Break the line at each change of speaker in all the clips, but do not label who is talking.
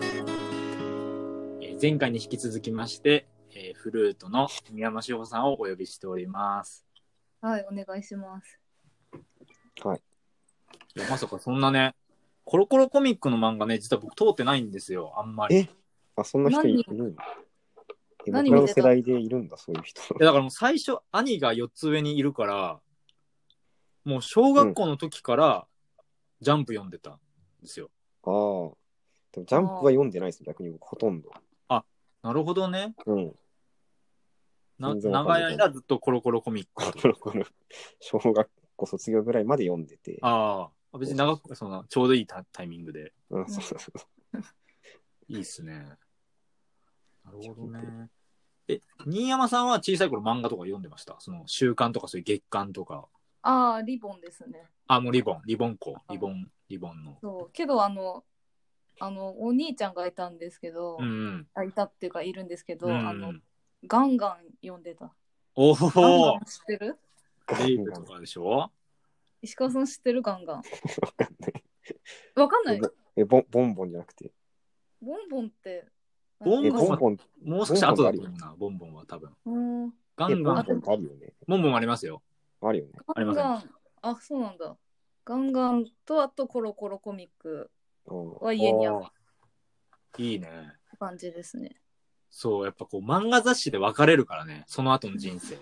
えー前回に引き続きまして、えーフルートの宮山志保さんをお呼びしております。
はい、お願いします。
いやまさかそんなね、コロコロコミックの漫画ね、実は僕通ってないんですよ、あんまり。
え
い
あ、そんな人いるんだ。え
何
僕
見てた
らの世代でいるんだ、そ ういう人。
やだからもう最初、兄が4つ上にいるから、もう小学校の時からジャンプ読んでたんですよ。
ああ。でもジャンプは読んでないです、逆に僕ほとんど。
なるほどね。
うん。
な
全然わか
長
ん
い
ない
間ずっとコロコロコミック。
コロコロ、小学校卒業ぐらいまで読んでて。
ああ、別に長く、そのちょうどいいタタイミングで。
うん、そうそうそう。
いいっすね。なるほどね。え、新山さんは小さい頃漫画とか読んでましたその週刊とかそういう月刊とか。
ああ、リボンですね。
あ、もうリボン、リボン校、リボン、リボンの。
そう、けど、あの、あの、お兄ちゃんがいたんですけど、
うんうん。
あいたっていうか、いるんですけど、
うん
あの、ガンガン読んでた。
お
ガンガ
お
ン知ってる
ガ
レイ
ン
ブ
ガン
とかでしょ
石川さん知ってるガンガン。
わかんない。
わかんない。
え、ボンボンボンじゃなくて。
ボンボンって。
ボ
え、
ン
ボンボン、
もう少し後だと思うな、ボンボンは多分。
うん
ガ
え、
ン
ボ
ガ
ン
ン、
ボンってあるよね。
ボンボンもありますよ。
あるよね。
あり
ガ
ま
ン
せん
ガン。あ、そうなんだ。ガンガンと、あと、コロコロコミック
あ
は家にあっ
おーいいね。
た感じですね。
そう、やっぱこう漫画雑誌で分かれるからね、その後の人生。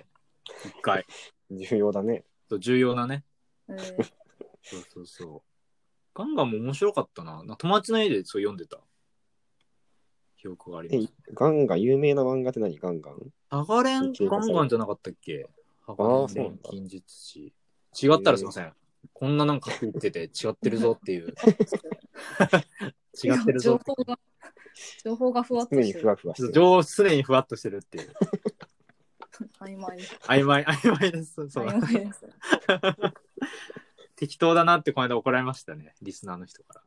一回。
あ重要だね。
そう重要なね。
え ー
そうそうそう。ガンガンも面白かったな。な友達の家でそう読んでた。記憶があります。
ガンガン、有名な漫画って何ガンガン
ハガレン
一応
ガンガンじゃなかったっけハガ
あーそう
レ
な
ン
んだ
錬金術師。違ったらすいません。こんななんか言ってて違ってるぞって いう。違ってる
情
ぞ
報が、情報がふわっと
常
し
に
て
ふ
る。
わふわしてる。
常常にふわっとしてるっていう。
曖昧。
曖 昧、曖昧です。そう
曖昧です。
適当だなってこの間怒られましたね。リスナーの人か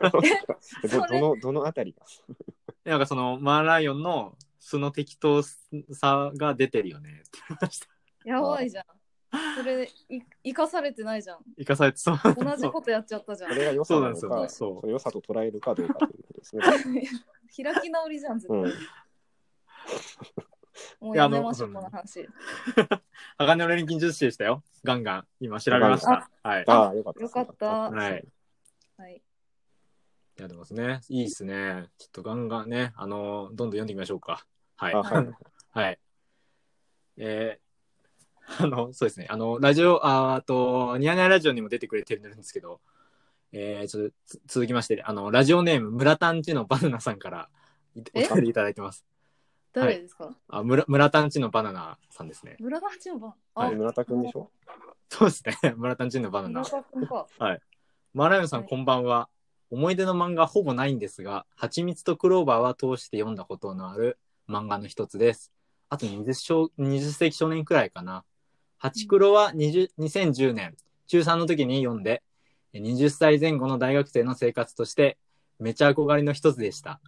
ら。
ど
それ
どの、どのあたりが
なんかそのマーライオンの素の適当さが出てるよねって言いました。
やばいじゃん。それい生かされてないじ ゃん。
生かされてそう。
同じことやっちゃったじゃん
こ。れが良さ
そうな
な
で
んの
すよ
か、
そう
その良さと捉えるかどうかということですね。
開き直りじゃん、絶
う
対。
ん。
も
いうや
や
あの
めましょう、
うん
この話。
鋼の錬金術師でしたよ。ガンガン。今調べました。はい。
ああ、よかった。
よかった。は
はい。
い。
やってますね。いいですね。ちょっとガンガンね、あのーどんどん読んでみましょうか。はい。
あ、はい。
はい。えーあの、そうですね。あの、ラジオ、あーあと、ニヤニヤラジオにも出てくれてるんですけど、えーちょっとつ続きまして、あの、ラジオネーム、村田んちのバナナさんからいお
え
便りいただいてます。
誰ですか
あ、村、村田んちのバナナさんですね。
村田八番。
あ
あ、
村田くんでしょ
そうですね。村田んちのバナナ
村。田君か。
マラヨンさん、
はい
こんばんは。思い出の漫画ほぼないんですが、蜂蜜とクローバーは通して読んだことのある漫画の一つです。あと 20, 少20世紀少年くらいかな。蜂黒は20 2010年、中3の時に読んで、20歳前後の大学生の生活として、めちゃ憧れの一つでした。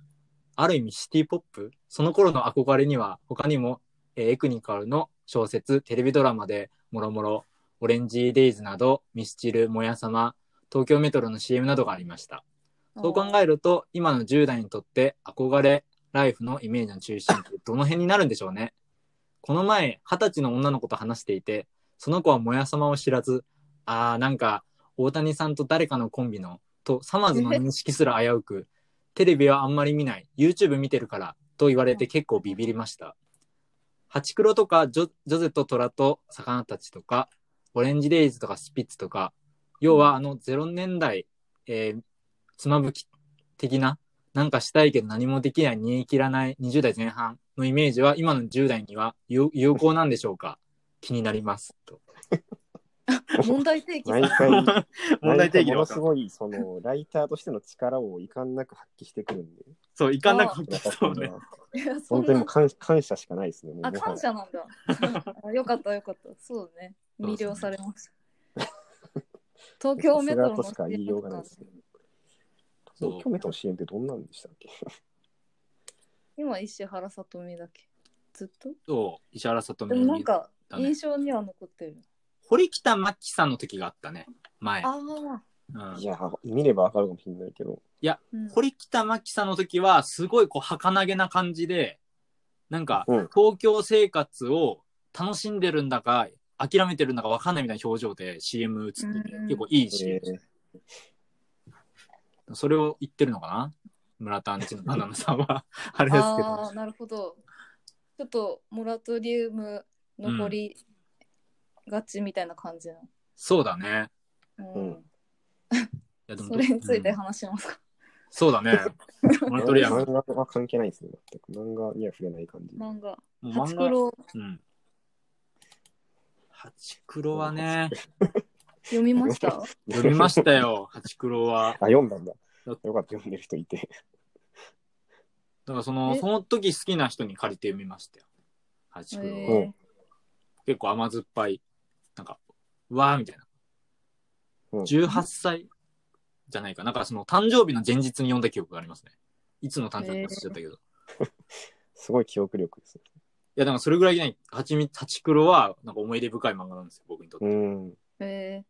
ある意味シティポップその頃の憧れには、他にも、えーエクニカルの小説、テレビドラマで、もろもろ、オレンジデイズなど、ミスチル、もやさま、東京メトロの CM などがありました。そう考えると、今の10代にとって憧れ、ライフのイメージの中心ってどの辺になるんでしょうね。この前、二十歳の女の子と話していて、その子はもやさまを知らず、あーなんか、大谷さんと誰かのコンビの、と、さまずの認識すら危うく、テレビはあんまり見ない、YouTube 見てるから、と言われて結構ビビりました。ハチクロとかジョ、ジョゼと虎と魚たちとか、オレンジデイズとかスピッツとか、要はあの0年代、えーつまぶき的な、なんかしたいけど何もできない、煮え切らない20代前半のイメージは今の10代には有有効なんでしょうか気になります。と
あー問題提起さ
毎
れ
回、
問題提起
毎回も
の
のすごい、その、ライターとしての力を遺憾なく発揮してくるんで、
そう、いかなく
村田く
そうんね。
は。
いやそん
本当にも
な
う感感謝しかないですね。もう
あ、
もは
感
や
謝なんだ。 あよかった、よかった。そうね。魅了されました。東京メトロの
さすがとしか言いようがないですね。
そう
東京メトロの CM ってどんなんでしたっけ
今、石原さとみだっけ。ずっと
そう、石原さと
で
み
もなんか
だね
印象には残ってる。
堀北真希さんの時があったね。前。
ああ、
うん
いや、見ればわかるかもしれないけど。
うん、
堀北真希さんの時は、すごいこう、儚げな感じで、なんか、
うん。
東京生活を楽しんでるんだか、諦めてるんだか分かんないみたいな表情で CM 映ってて、
うん
結構いいし、
えー
それを言ってるのかな村田アンチのバナナさんは。あれですけ
あ
ど
あ、。なるほど。ちょっとモラトリウム残りがちみたいな感じの。
そうだね。
う
うんん
いやでも
それについて
うん
話しますか。
そうだね。モラトリアム。
漫画は関係ないですね。全く漫画には触れない感じ。。
漫画。
もう
ハチ
漫
ク
画。
ロ
うん。ハチクロはね、
読みました。
読みましたたよ、ハチクロは。
あ、読んだんだ。よかった、読んでる人いて。
だからその、
え
その時好きな人に借りて読みましたよ。ハチクロは。
ー
え
結構甘酸っぱい。なんか、うわーみたいな。
うん
18歳じゃないか。なんかその誕生日の前日に読んだ記憶がありますね。いつの誕生日か忘れちゃったけど。い
すごい記憶力です。
や、だからそれぐらいね、はちみ、ハチクロは、なんか思い出深い漫画なんですよ、僕にとって。
うん。
ー、え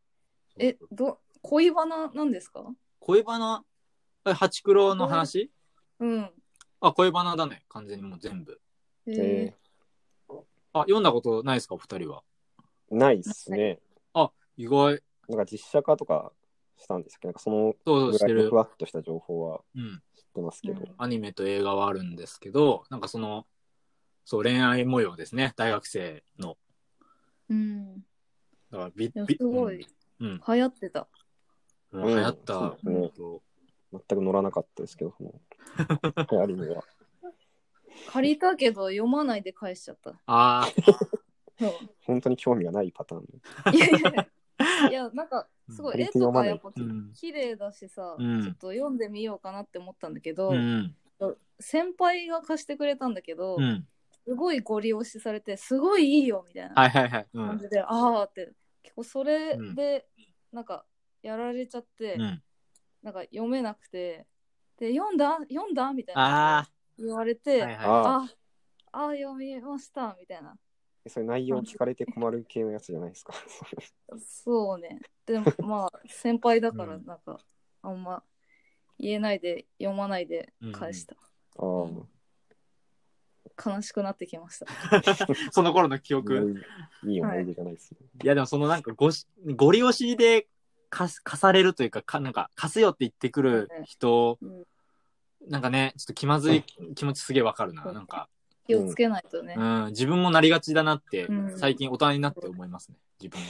ーえ、ど、恋バナなんですか
恋バナえハチクロの話
うん。
あ、恋バナだね。完全にもう全部。
えー
え
あ、読んだことないですか、お二人は。
ーないっすね。
意外。
なんか実写化とかしたんですけど、なんかその
そうそう、
ぐ
し
ら
て
いの
る
ふ。わっとした情報は
うん。
知ってますけど。
うん
アニメと映画はあるんですけど、なんかその、そう、恋愛模様ですね。大学生の。
うん。
だからビ
いや
ビ
すごい。
うん。
流行ってた。
うん流行った。
うんそうです
と
全く乗らなかったですけ ど、そのアニメは。
借りたけど読まないで返しちゃった。
あ
そう
本当に興味がないパターン。
いやいやいや。いや、なんか、すご
うん
い絵とかやっぱ
あ、うん。
綺麗だしさ、
うん
ちょっと読んでみようかなって思ったんだけど、
うん。
先輩が貸してくれたんだけど、
うん。
すごいご利用しされてすごいいいよみたいな
はいはいはい。うん。
感じで、ああって結構それ
うん
でなんかやられちゃって、
うん、
なんか読めなくてで読んだ読んだみたいな
あ
言われ
あ、
て、
はいは
ああ、
あああ読みましたみたいな
それ内容聞かれて困る系のやつじゃない ですか。
そうねでもまあ先輩だから
うん
なんかあんま言えないで読まないで返した、
ああ。
悲しくなってきました
い。その頃の記憶。
いい思い出じゃないですね。
いやでもそのなんかごし、ご利用しで貸す貸されるというか、か、なんか貸すよって言ってくる人、
うん
なんかね、ちょっと気まずい気持ちすげえわかるな。
うん
なんか、
気をつけないとね、
うん、自分もなりがちだなって、
うん
最近大人になって思いますね、自分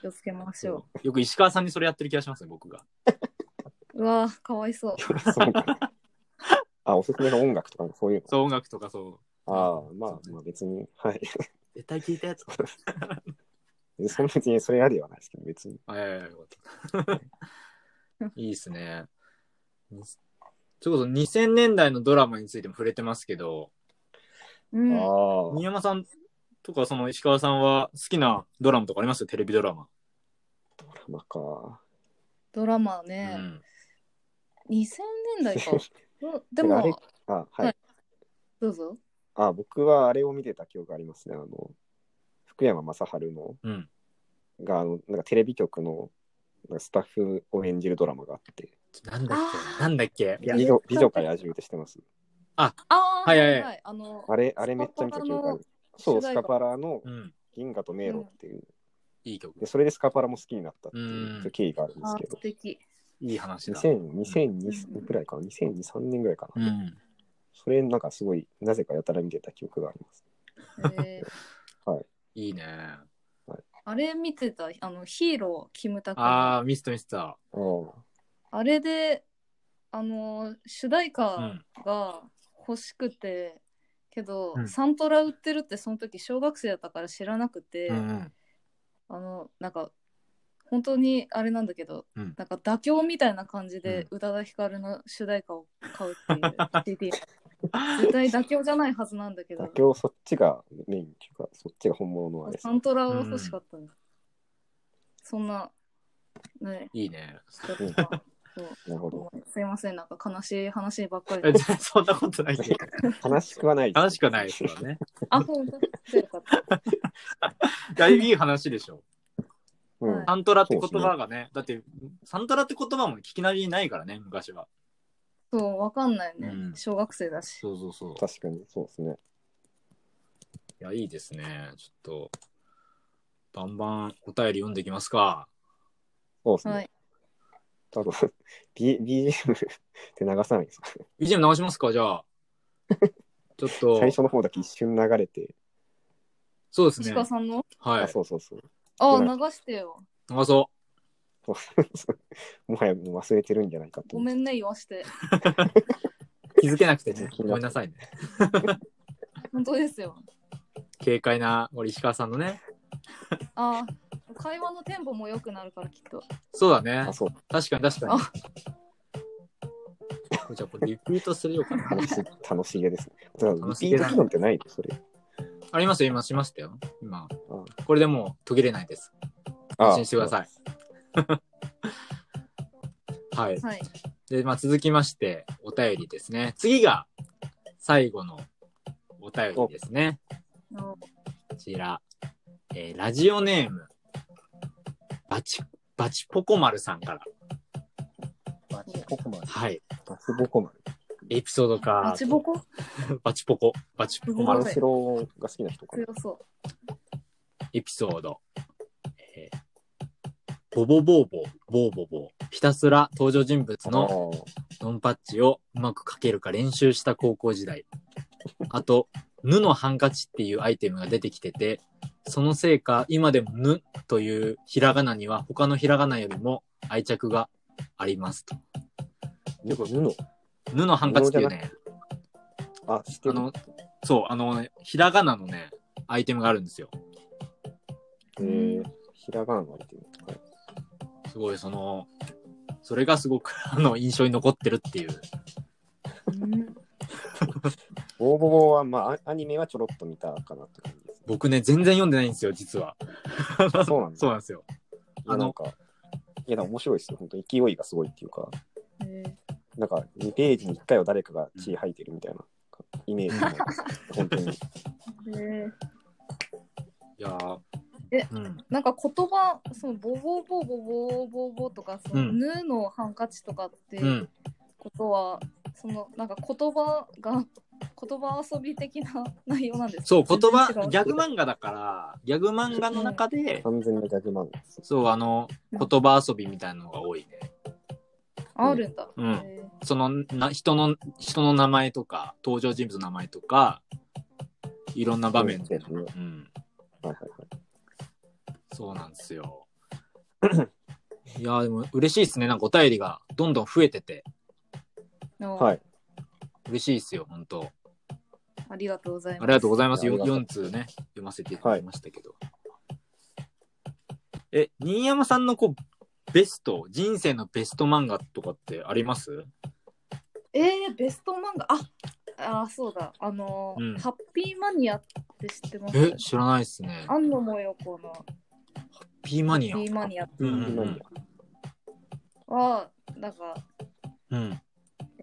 気をつけまし
が
ょ。
よく石川さんにそれやってる気がしますね、僕が。
ううわーかわ いそう
そうかあ、おすすめの音楽とかそういう
そう、音楽とかそう。
の。ああ、まあ、まあ別に、はい。
絶対聞いたやつ。
そんな別にそれありではないですけど、別に。
ええよかった。 いいっすね。ちょうど2000年代のドラマについても触れてますけど、
うん
あ
新山さんとかその石川さんは好きなドラマとかありますテレビドラマ。
あ、まあか。
ドラマね、
うん。
2000年代 かうんで
あれ
も
あ、は
はいい。どうぞ
あ、僕はあれを見てた記憶がありますね。あの、福山雅治の、
うん。
が、あの、なんかテレビ局の、なんかスタッフを演じるドラマがあって、
なんだっ
あ
けなんだっけいや
美女美女から野獣ってしてます。
ああ
はいはい
あの
あれ、あれめっちゃ見た記憶がある。そう、スカパラの
うん。
銀河と迷路っていう。
いい曲
で、。それでスカパラも好きになったっていううんちょっと経緯があるんです
あ
け
素
ど。
敵
いい話だ。
2000 2002くらいかな、2002、3年ぐらいか
う
な。
ん。
それなんかすごい、なぜかやたら見てた記憶があります。
えー
いいね。
あれ見てたあのヒーローキムタク
あ
あ
あ、ミストミスタ
ああ
れであの主題
ー。うん
歌。が欲しくて、けど、
うん
サントラ売ってるってその時小学生だったから知らなくて、
うんうん
あのなんか本当にあれなんだけど、
うん
なんか妥協みたいな感じで宇多田ヒカルの主題歌を買うって いう CD 絶対妥協じゃないはずなんだけど
妥協そっちがメインっていうか、そっちが本物のあれです
サ。ントラは欲しかったの、そんなね
いいね。
ちょっとまあそう
なるほど。
ごめんすいませんなんか悲しい話ばっかり
え
で
そんなことないけど。
悲しくはないです。
話しかないですよね。
あ本当よかった
だいぶいい話でしょ。
うん
はい
サントラって言葉がね、だって、サントラって言葉も聞きなじみないからね、昔は。
そう、わかんないね。
うん
小学生だし。
そうそうそう。
確かに、そうですね。
いや、いいですね。ちょっと、バンバンお便り読んでいきますか。
そうですね。
はい。
あと、B、BGM って流さないですか
BGM 流しますか、じ ゃあ。ちょっと、
最初の方だけ一瞬流れて、
そうです
石
ね。
川さんの
は
あ、
い。
そうそうそう。
ああ、
う
流
ん
してよ。
流そ
そうもはやもう忘れてるんじゃないかと
ご
思っ
め
て。
んね、言わし
う。
て。
気づけなくてね、ごめんなさいね。
本当ですよ。
軽快な森石川さんのね。
ああ、会話のテンポも良くなるから、きっと。
そうだね
あ、。そう。
確かに確かに。じゃあこれリピートするようかな。
楽し楽しげですね。ただリ
楽し
ピ
げ
ー
だ
ト
ね
機能ってないのそれ。
ありますよ、今しましたよ。今
うん。
これでもう途切れないです。安心してください。 はい。
はい。
で、まあ、続きまして、お便りですね。次が、最後のお便りですね。
あ
こちら。えーラジオネーム、バチ、バチポコマルさんから。
バチボコマル。
はい。
バチボコマル。
エピソードか
バ、チボコ
バチポコ、バチポコマル
マルシロが好きな人かな
強。そ
エピソード。えーボボボーボー、ボーボーボー。ひたすら登場人物の
の
ドンパッチをうまく書けるか練習した高校時代。あと、ぬのハンカチっていうアイテムが出てきてて、そのせいか今でもぬというひらがなには他のひらがなよりも愛着がありますと。
ぬの。
ぬのハンカチっていうね、
あ、知って
あ
る。
の、そう、あの、ね、ひらがなのね、アイテムがあるんですよ。
えー、ひらがなのっていうのか
すごい、その、それがすごく、あの、印象に残ってるっていう。
う。うん
ボーボボは、まあア、アニメはちょろっと見たかなって感じです、ね。
僕ね、全然読んでないんですよ、実は。
そうなんだ
そうなんですよ。あの
なんか、いや、でも面白いですよ。本当勢いがすごいっていうか、
えー
なんか、2ページに1回は誰かが血吐いてるみたいなイメージなん です本当に。
えー
いやー
え
うん。
なんか言葉、そのボボボボボボボとか、その
うん
ぬのハンカチとかって
うん。
ことは、そのなんか言葉が、 言葉遊び的な 内容なんですか
そう、言葉
全然違、う
ギャグ漫画だから、ギャグ漫画の中で、
完全なギャグマンです。
そう、あの、言葉遊びみたいなのが多いね。
あるんだ。
うん
えー
その、な人の、人の名前とか、登場人物の名前とか、いろんな場面での。
うん
うん。
はいはい
そうなんですよ。 いやーでも嬉しいですね。なんかお便りがどんどん増えてて、
の
はい。はい。
嬉しいですよ、本当
ありがとうござい
あ
ま
りがとうございます。
いやありがとう
4通ね、読ませていただきましたけど。え、新山さんのこう、ベスト、人生のベスト漫画とかってあります
す。えー、ベスト漫画、ああー、そうだ、あのー
うん
ハッピーマニアって知ってます
え、知らないですね。
安野もよこのハ
ピーマ
ッ
ニア。
ピーマニア
うんうん
今
うん
に
は、なんか、
うん。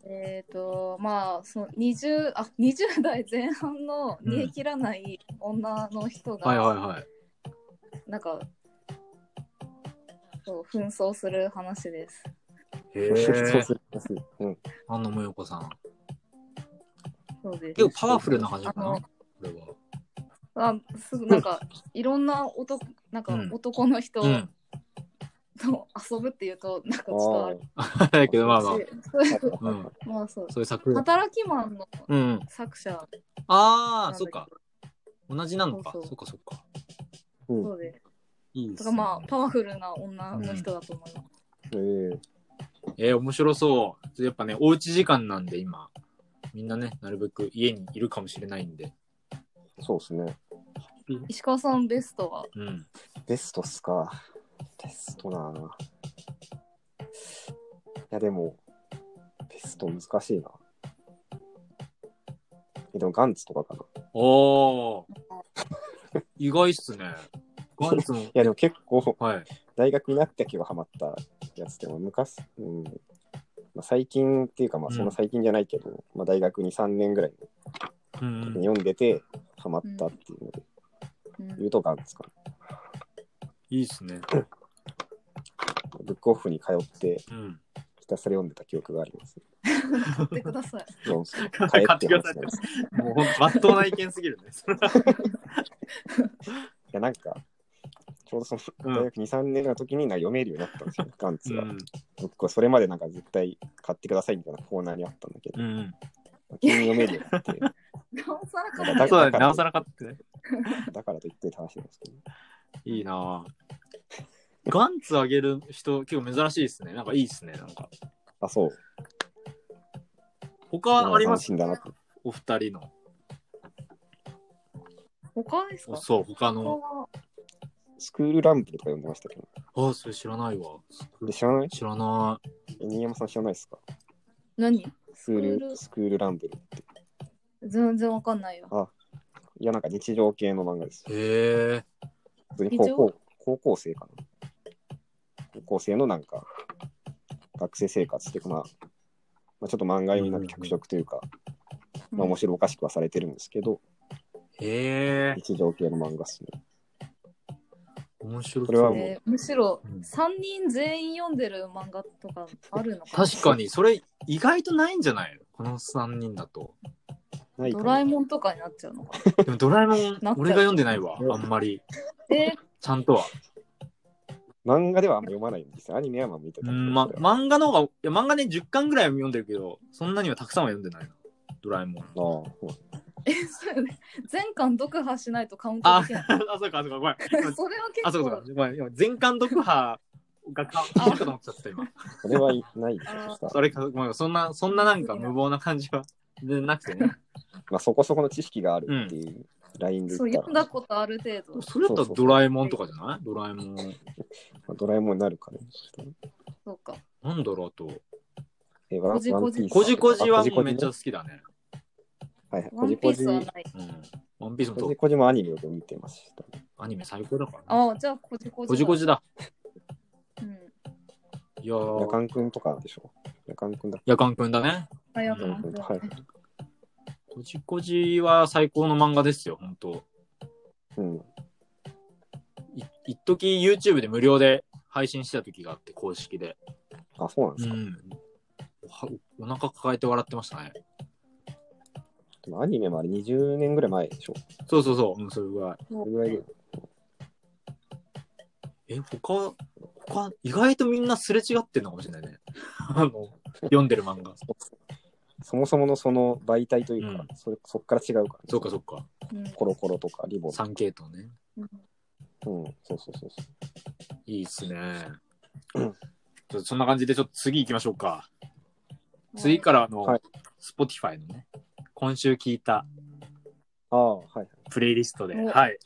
えっ、と、まあ、その20、あ、20代前半の
うん
煮え切らない女の人が、
はいはいはい。
なんか、そう紛争する話です。
へ
そう
え。
するうん。
安野もよこさん。
そうです。
結構パワフルな感じかな
あの
これは。
あすぐなんか、いろんな男、なんか
うん
男の人
うん。
と遊ぶっていうと、なんかち
あ
ょっとあ
だ
れ
けどまあまあ
し、そういう
ーはいはいはい
まあそう。
そういう作品。
働きマンの
うん。
作者なんだけ
あ
ど
あ、そっか。同じなのか。
そうそう
そっかそっか。
うん
そうです。
いいっす
とか
ね
まあ、パワフルな女の人だと思います。
えー
えー面白そう。やっぱね、おうち時間なんで今、みんなね、なるべく家にいるかもしれないんで。
そうですね。
石川さんベストは
うん。
ベストっすか。ベストなぁいや、でも、ベスト難しいな。え、でもガンツとかかな。い
おー。意外っすね。ガンツも。
や、でも結構、
はい。
大学になってけばハマったやつでも、昔、うん。まあ、最近っていうか、まあ、そんな最近じゃないけど、まあ、大学に3年ぐらいの
うん
時
う
に
ん。
読んでて、ハマったっていうので、
うん
言うとガンツかな。
いいっすね。
ブックオフに通って
うん。
ひたすら読んでた記憶があり ます。
買ってください。
ロンス買
買
え
っ
って
てくだ
話にな
さ
ります。い
い。もうほんと、まっとうな意見すぎるね。それは
や、なんか、ちょうどその
うん
大学2、3年の時になんか読めるようになった んですよ、ガ ン
う
ツは。
ん。
僕はそれまでなんか絶対買ってくださいみたいなコーナーにあったんだけど、
うん。
急に読めるようになって、
なおさら買
なんか
そうだね。なおさら買ってね。
だからと言ってた話なんですけど、
いいなぁガンツあげる人、結構珍しいですね。なんかいいですね。なんか。
あ、そう、
他ありま
斬
す
新だなと。
お二人の。
他ですか
そう、他
他
の。
は
スクールランプルとか読んでましたけど、
あ、それ知らないわ。
で知らない
知らな
新山さん知らないですか
何
スクー
クール
ル、スクールランブルって。
全然わかんないよ。
いや、なんか日常系の漫画です
い。。へえ。
普通に
日
高
常
校高校生かな。高校生のなんか、学生生活っていうか、まあ、まあ、ちょっと漫画読みの脚色というか、まあ面白おかしくはされてるんですけど、
へえ。
日常系の漫画っすね。
面白
これは
そ
もう
う。
えーむしろ
うん
3人全員読んでる漫画とかあるのかな
確かに、それ意外とないんじゃないこの3人だと。
ないか
ド
な
ラえもんとかになっちゃうのか
でもドラえもん
なっちゃ、う
俺が読んでないわ。あんまり。
な。え
ちゃんとは。
漫画ではあんま読まないんですよ。アニメはまあ見てた
う
けど
ん、ま、
それは
漫画の方が、いや、漫画ね、10巻ぐらいは読んでるけど、そんなにはたくさんは読んでないな。ドラえもん。
ああ、そう
ー、えそうよね。全巻読破しないとカウント
あ、あ、
でき
そう
ない。
か、 あそうか、ごめん。
それは
あ、
結
そう
構
か、。ごめん。今全巻読破がか、あ、かと思っちゃった、今。
それはいないでしょ、そしたら
それか、ごめん。そんな、そんななんか無謀な感じは、でなくてね。
まあそこそこの知識があるっていうラインで
そう、
言った
読ん
ら、
だことある程度。
それだったらドラえもんとかじゃないドラえもん。
まあドラえもんになるからね。
そうか。
なんだろうあと。
えワン
こじこじ
ワンピース
こじこじは
あ
もうめっちゃ
ね
好きだね。
はいは
ワ
い。こ
ン
じ
ピ
こ
ース
じ、
はない。
うん。ワンピースも
こじ
と
こじもアニメを見てましたね。
アニメ最高だから、ね。
ああ、じゃあ、こじこじだ。
こじこじだ。
うん。
いや
夜
ー、
間くんとかでしょ。夜間くんだっ
やかんくんだね。
早く
け夜
な
間くんと。はい。
こじこじは最高の漫画ですよ、本当
うん。
い一時 YouTube で無料で配信してた時があって、公式で。
あ、そうなんで
う
すか。
ん。はお腹抱えて笑ってましたね。
でもアニメもあれ20年ぐらい前でしょ。
そうそうそう。うん、それぐらい。
それぐらいで
え、他、他、意外とみんなすれ違ってんのかもしれないね。 あの、読んでる漫画。
そもそものその媒体というか、それそっから違うから、
そうかそうか。
うん
コロコロとかリボンとか。
3系統ね。
うん
うん、そうそうそうそ
いいっすね
うん。
ちょそんな感じで、ちょっと次行きましょうか。次からあ
は
の
い、
Spotify のね、今週聞いた
う。ああ、はいはい。
プレイリストで、
お
はい。